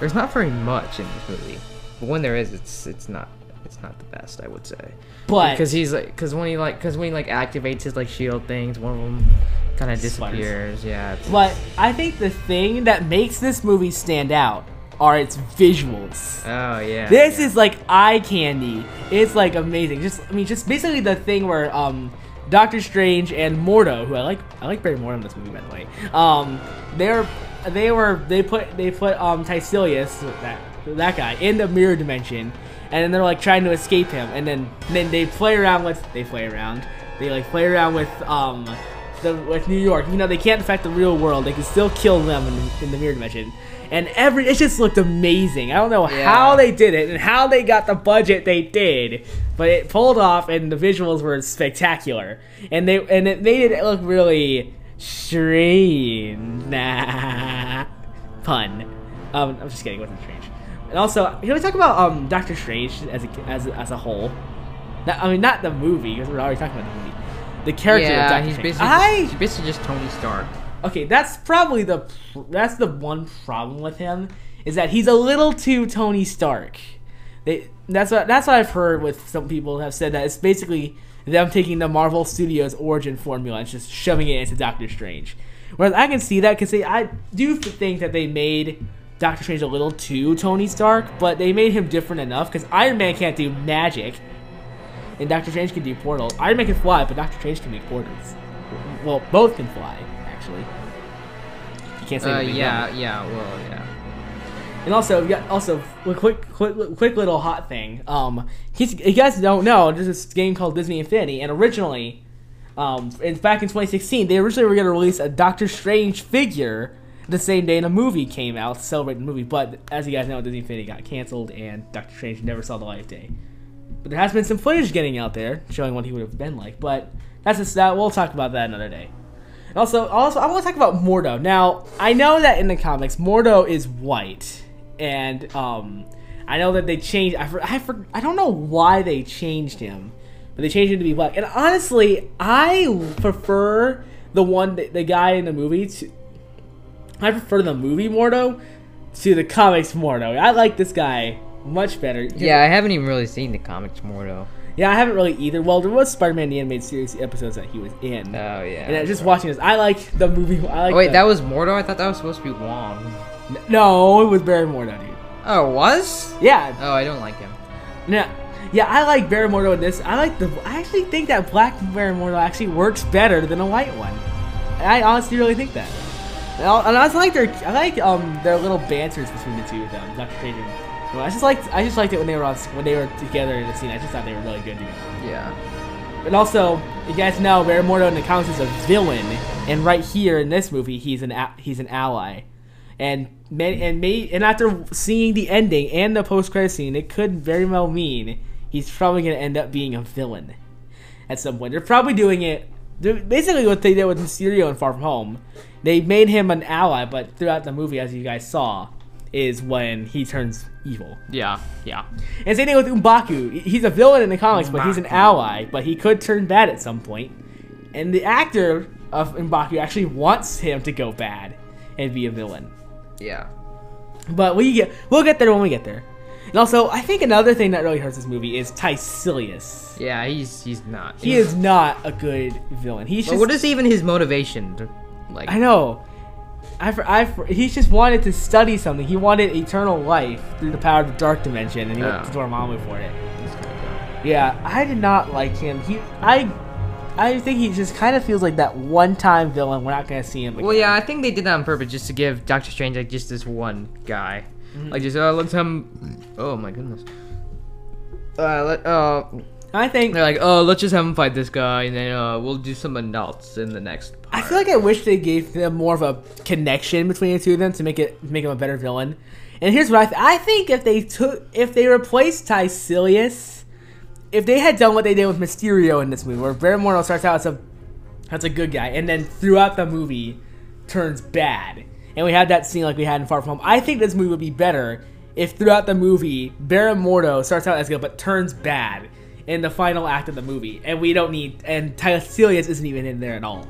S2: there's not very much in this movie, but when there is, it's it's not it's not the best. I would say
S3: But
S2: because he's like because when he like because when he like activates his like shield things one of them kind of
S3: Spiders.
S2: disappears yeah it's-
S3: but I think the thing that makes this movie stand out are its visuals.
S2: oh yeah
S3: This
S2: yeah.
S3: is like eye candy. It's like amazing. Just I mean, just basically the thing where um, Doctor Strange and Mordo, who I like, I like Barry Mordo in this movie by the way. Um, they're they were they put they put um Tycilius that that guy in the mirror dimension, and then they're like trying to escape him, and then then they play around with they play around, they like play around with um the with New York. You know they can't affect the real world. They can still kill them in, in the mirror dimension, and every it just looked amazing. I don't know
S2: Yeah.
S3: how they did it and how they got the budget they did, but it pulled off, and the visuals were spectacular, and they and it made it look really strange. Nah. Pun. Um, I'm just kidding. It wasn't strange. And also, can we talk about um Doctor Strange as a, as as a whole? Not, I mean, not the movie because we're already talking about the movie. The character of
S2: yeah,
S3: Doctor
S2: he's
S3: Strange.
S2: basically,
S3: I
S2: he's basically just Tony Stark.
S3: okay. That's probably the pr- that's the one problem with him is that he's a little too Tony Stark. They that's what that's what I've heard with some people have said that it's basically them taking the Marvel Studios origin formula and just shoving it into Doctor Strange. Whereas I can see that because I do think that they made Doctor Strange a little too Tony Stark, but they made him different enough because Iron Man can't do magic, and Doctor Strange can do portals. Iron Man can fly, but Doctor Strange can make portals. Well, both can fly actually. You can't say
S2: Uh,
S3: that they
S2: yeah, yeah, well, yeah.
S3: and also, we got also a quick, quick, quick little hot thing. Um, he's, you guys don't know, there's this game called Disney Infinity, and originally, um, in, back in 2016, they originally were going to release a Doctor Strange figure the same day, and a movie came out to celebrate the movie. But as you guys know, Disney Infinity got canceled, and Doctor Strange never saw the light of day. But there has been some footage getting out there showing what he would have been like. But that's just that. We'll talk about that another day. And also, also, I want to talk about Mordo. Now, I know that in the comics, Mordo is white, and um, I know that they changed. I for, I, for, I don't know why they changed him, but they changed him to be black. And honestly, I prefer the one, the guy in the movie. To, I prefer the movie Mordo to the comics Mordo. I like this guy much better.
S2: Yeah, I haven't even really seen the comics more though.
S3: Yeah, I haven't really either. Well, there was Spider-Man the animated series episodes that he was in,
S2: Oh
S3: and I-
S2: yeah.
S3: just watching this, I like the movie. I like
S2: Oh, wait,
S3: the-
S2: that was Mordo. I thought that was supposed to be Wong.
S3: no, it was Barrymore, no, dude.
S2: Oh, it was?
S3: Yeah,
S2: Oh, I don't like him.
S3: no, yeah, I like Barrymore in this. I like the. I actually think that black Barrymore actually works better than a white one. And I honestly really think that. And I, and I also like their. I like um their little banters between the two of them, Doctor Strange. and- Well, I just liked. I just liked it when they were on, when they were together in the scene. I just thought they were really good together.
S2: Yeah.
S3: And also, you guys know Baron Mordo in the comics is a villain, and right here in this movie, he's an a- he's an ally. And may- and may- and after seeing the ending and the post credit scene, it could very well mean he's probably gonna end up being a villain at some point. They're probably doing it. they're- Basically, what they did with Mysterio in Far From Home, they made him an ally, but throughout the movie, as you guys saw, is when he turns evil.
S2: Yeah. Yeah.
S3: And same thing with Umbaku. He's a villain in the comics, but he's an ally. But he could turn bad at some point. And the actor of Umbaku actually wants him to go bad and be a villain.
S2: Yeah.
S3: But we get we'll get there when we get there. And also, I think another thing that really hurts this movie is Tycilius.
S2: Yeah. He's he's not.
S3: He is not a good villain. He's
S2: But
S3: just
S2: what is even his motivation? to- Like.
S3: I know. I, for, I for, he just wanted to study something. He wanted eternal life through the power of the dark dimension, and he went
S2: Oh.
S3: to Dormammu for it. Yeah, I did not like him. He, I, I think he just kind of feels like that one-time villain. We're not gonna see him. Again.
S2: Well, yeah, I think they did that on purpose just to give Doctor Strange like just this one guy,
S3: Mm-hmm.
S2: like just uh, let's him. Oh my goodness. Uh, let, uh,
S3: I think
S2: they're like, oh, let's just have him fight this guy, and then uh, we'll do something else in the next. Part.
S3: I feel like I wish they gave them more of a connection between the two of them to make it make him a better villain. And here's what I th- I think if they took if they replaced Tycilius, if they had done what they did with Mysterio in this movie, where Baron Mordo starts out as a as a good guy and then throughout the movie turns bad, and we had that scene like we had in Far From Home, I think this movie would be better if throughout the movie Baron Mordo starts out as good but turns bad in the final act of the movie, and we don't need and Tycilius isn't even in there at all.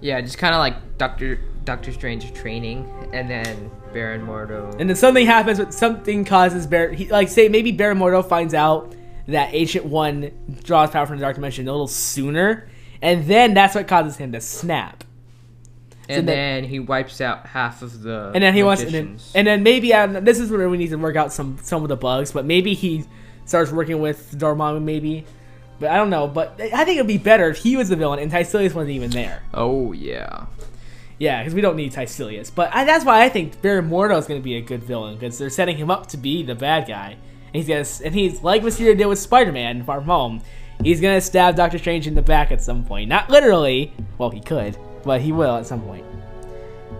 S2: Yeah, just kind of like Doctor Doctor Strange training, and then Baron Mordo.
S3: And then something happens, but something causes Bar- he, like say maybe Baron Mordo finds out that Ancient One draws power from the Dark Dimension a little sooner, and then that's what causes him to snap.
S2: and
S3: that-
S2: then he wipes out half of the
S3: And then he wants, and then,
S2: magicians.
S3: and then maybe I don't know, this is where we need to work out some some of the bugs. But maybe he starts working with Dormammu, maybe. But I don't know. But I think it'd be better if he was the villain and Tysilius wasn't even there.
S2: oh yeah
S3: Yeah, because we don't need Tycilius. But I, that's why I think Baron Mordo is going to be a good villain because they're setting him up to be the bad guy. And he's gonna, s- and he's like Mysterio did with Spider-Man Far From Home. He's gonna stab Doctor Strange in the back at some point. Not literally. Well, he could, but he will at some point.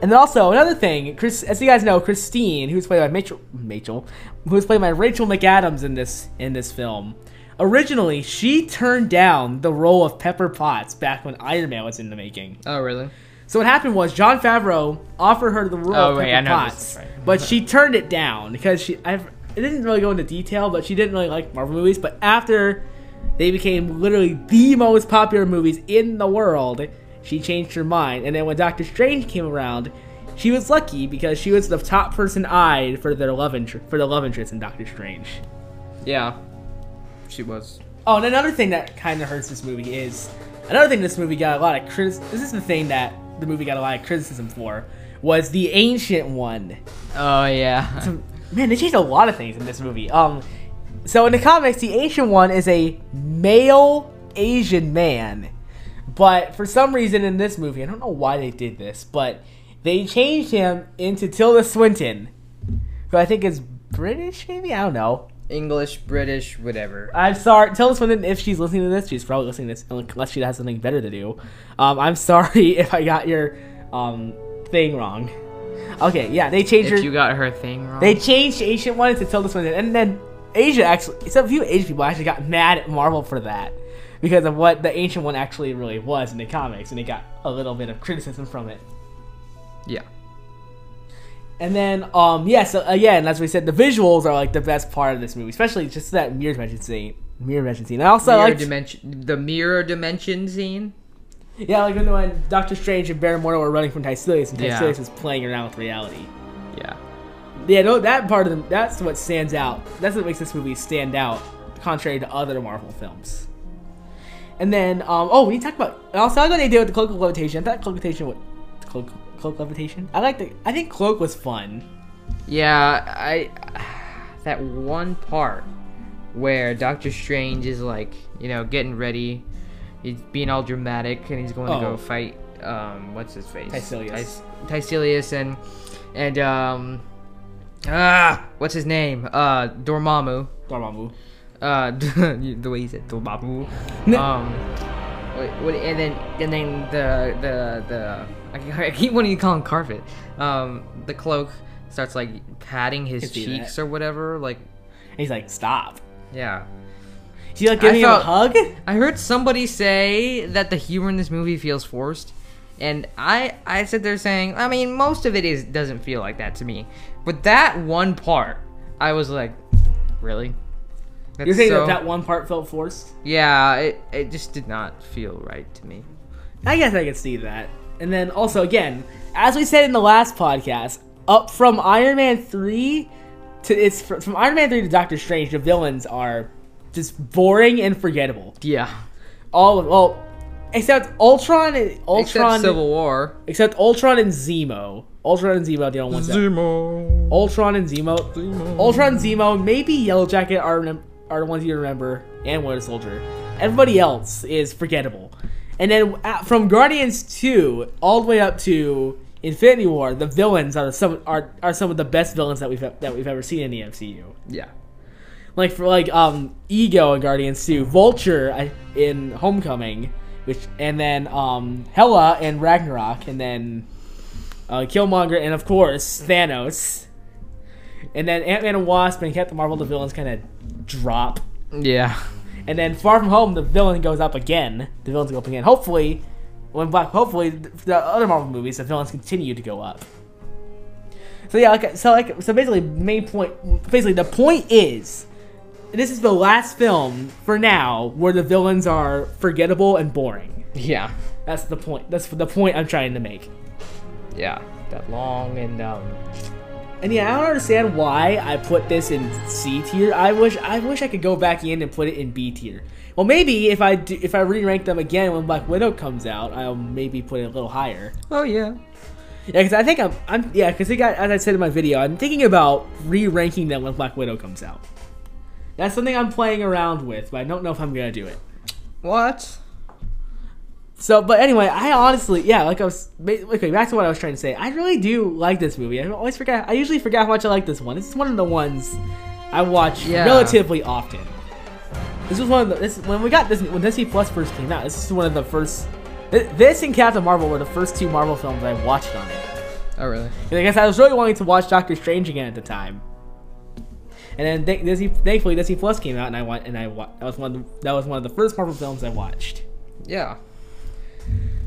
S3: And then also another thing, Chris, as you guys know, Christine, who's played by Rachel, Rachel, who's played by Rachel McAdams in this in this film. Originally, she turned down the role of Pepper Potts back when Iron Man was in the making.
S2: Oh, really?
S3: So what happened was John Favreau offered her the role
S2: Oh,
S3: of
S2: wait,
S3: Pepper
S2: I know this
S3: Potts,
S2: is right. Mm-hmm.
S3: but she turned it down because she I it didn't really go into detail, but she didn't really like Marvel movies. But after they became literally the most popular movies in the world, she changed her mind. And then when Doctor Strange came around, she was lucky because she was the top person eyed for their love interest for the love interest in Doctor Strange.
S2: Yeah. She was.
S3: Oh, and another thing that kind of hurts this movie is another thing this movie got a lot of criticism. This is the thing that the movie got a lot of criticism for was the ancient one.
S2: Oh yeah.
S3: Man, they changed a lot of things in this movie. Um, so in the comics, the ancient one is a male Asian man, but for some reason in this movie, I don't know why they did this, but they changed him into Tilda Swinton, who I think is British, maybe I don't know.
S2: English, British, whatever.
S3: I'm sorry. Tell us when if she's listening to this. She's probably listening to this unless she has something better to do. Um, I'm sorry if I got your um, thing wrong. Okay, yeah, they changed
S2: If
S3: her.
S2: you got her thing wrong.
S3: They changed Asian one to Tilda Swinton, and then Asia actually. Some few Asian people actually got mad at Marvel for that because of what the ancient one actually really was in the comics, and they got a little bit of criticism from it.
S2: yeah.
S3: And then, um, yeah, so again, as we said, the visuals are like the best part of this movie, especially just that mirror dimension scene. Mirror dimension scene. I also
S2: mirror
S3: like
S2: dimension, the mirror dimension scene.
S3: Yeah, like when- when Doctor Strange and Baron Mordo were running from Tysilius, and
S2: Yeah.
S3: Tysilius was playing around with reality.
S2: Yeah.
S3: Yeah, no, that part of them, that's what stands out. That's what makes this movie stand out, contrary to other Marvel films. And then, um, oh, we talked about. I Also, I like what they did with the cloak of levitation. I thought cloak of levitation, was, cloak, cloak of levitation. I like the. I think cloak was fun.
S2: Yeah. I. That one part where Doctor Strange is like, you know, getting ready, he's being all dramatic, and he's going to
S3: Oh.
S2: go fight. Um, what's his face?
S3: Tysilius.
S2: Tys- Tysilius and and um. Ah, what's his name? Uh, Dormammu.
S3: Dormammu.
S2: uh the way he said Dormammu. um wait, what, and then and then the the the I keep- I keep wanting to call him carpet. Um the cloak starts like patting his
S3: Could see that.
S2: cheeks or whatever like
S3: And he's like, stop.
S2: yeah.
S3: She like give
S2: I
S3: me
S2: felt-
S3: a hug.
S2: I heard somebody say that the humor in this movie feels forced, and I I sit there saying, I mean, most of it is doesn't feel like that to me, but that one part, I was like, really? That's
S3: You're saying
S2: so-
S3: that that one part felt forced.
S2: Yeah, it, it just did not feel right to me.
S3: I guess I could see that. And then also again, as we said in the last podcast, up from Iron Man three to it's fr- from Iron Man three to Doctor Strange, the villains are just boring and forgettable.
S2: Yeah.
S3: All of well, except Ultron and Ultron
S2: Except Civil War.
S3: except Ultron and Zemo. Ultron and Zemo are the only ones. That,
S1: Zemo.
S3: Ultron and Zemo. Ultron, Zemo, maybe Yellow Jacket are rem- are the ones you remember, and Winter Soldier. Everybody else is forgettable. And then uh, from Guardians two all the way up to Infinity War, the villains are some are, are some of the best villains that we've that we've ever seen in the MCU.
S2: Yeah.
S3: Like for like um Ego in Guardians two, Vulture I- in Homecoming, which and then um Hela and Ragnarok, and then uh, Killmonger, and of course Thanos. And then Ant Man and Wasp and Captain Marvel, the villains kind of drop.
S2: Yeah.
S3: And then Far From Home, the villain goes up again. The villains go up again. Hopefully, when Black, hopefully th- the other Marvel movies, the villains continue to go up. So yeah, like so, like so. Basically, main point. Basically, the point is, this is the last film for now where the villains are forgettable and boring.
S2: Yeah.
S3: That's the point. That's the point I'm trying to make.
S2: Yeah. That long and um
S3: And yeah, I don't understand why I put this in C tier. I wish I wish I could go back in and put it in B tier. Well, maybe if I do, if I re-rank them again when Black Widow comes out, I'll maybe put it a little higher.
S2: Oh yeah.
S3: Yeah, because I think I'm, I'm yeah, because as I said in my video, I'm thinking about re-ranking them when Black Widow comes out. That's something I'm playing around with, but I don't know if I'm gonna do it.
S2: What?
S3: So, but anyway, I honestly, yeah, like I was, ba- okay, back to what I was trying to say. I really do like this movie. I always forget, I usually forget how much I like this one. This is one of the ones I watch
S2: Yeah.
S3: relatively often. This was one of the, this, when we got Disney, when Disney Plus first came out, this is one of the first, thi- this and Captain Marvel were the first two Marvel films I watched on it.
S2: Oh really?
S3: And I guess I was really wanting to watch Doctor Strange again at the time. And then th- Disney, thankfully, Disney Plus came out, and I want, and I wa- that was one, of the, that was one of the first Marvel films I watched.
S2: Yeah.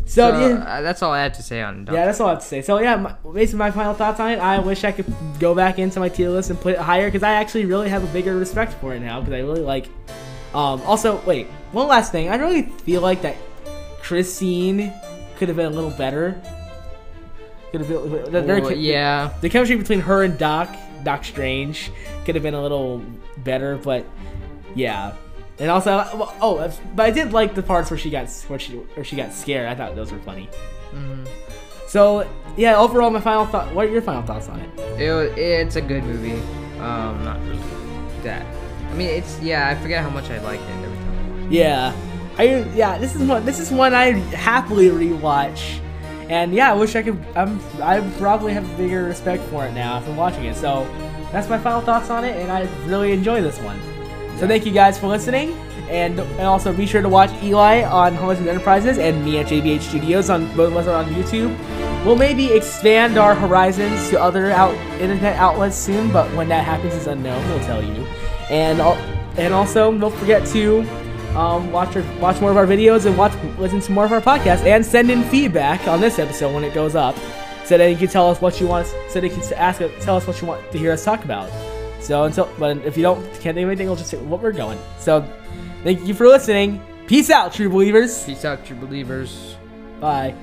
S3: So,
S2: So,
S3: yeah,
S2: uh, that's all I had to say on. Doctor
S3: yeah, that's all I have to say. So yeah, my, basically my final thoughts on it. I wish I could go back into my tier list and put it higher because I actually really have a bigger respect for it now because I really like. Um, also, wait, one last thing. I really feel like that Christine could have been a little better. Could have been the- their-
S2: Well, yeah.
S3: the chemistry between her and Doc, Doc Strange, could have been a little better, but yeah. And also, oh, but I did like the parts where she got where she where she got scared. I thought those were funny. So yeah, overall, my final thought. What are your final thoughts on it?
S2: It, wa- it's a good movie. Um, not really that. I mean, it's yeah. I forget how much I liked it every time. I watch
S3: Yeah, I yeah. This is one. This is one I happily rewatch. And yeah, I wish I could. I'm. I probably have a bigger respect for it now after watching it. So that's my final thoughts on it, and I really enjoy this one. So thank you guys for listening, and, and also be sure to watch Eli on Homeless Enterprises and me at JBH Studios on both of us are on YouTube. We'll maybe expand our horizons to other out, internet outlets soon, but when that happens is unknown. We'll tell you. And al- and also don't forget to um, watch our, watch more of our videos and watch listen to more of our podcasts and send in feedback on this episode when it goes up, so that you can tell us what you want. So that you can ask tell us what you want to hear us talk about. So until, but if you don't can't think of anything, we'll just say what we're going. So, thank you for listening. Peace out, true believers.
S2: Peace out, true believers.
S3: Bye.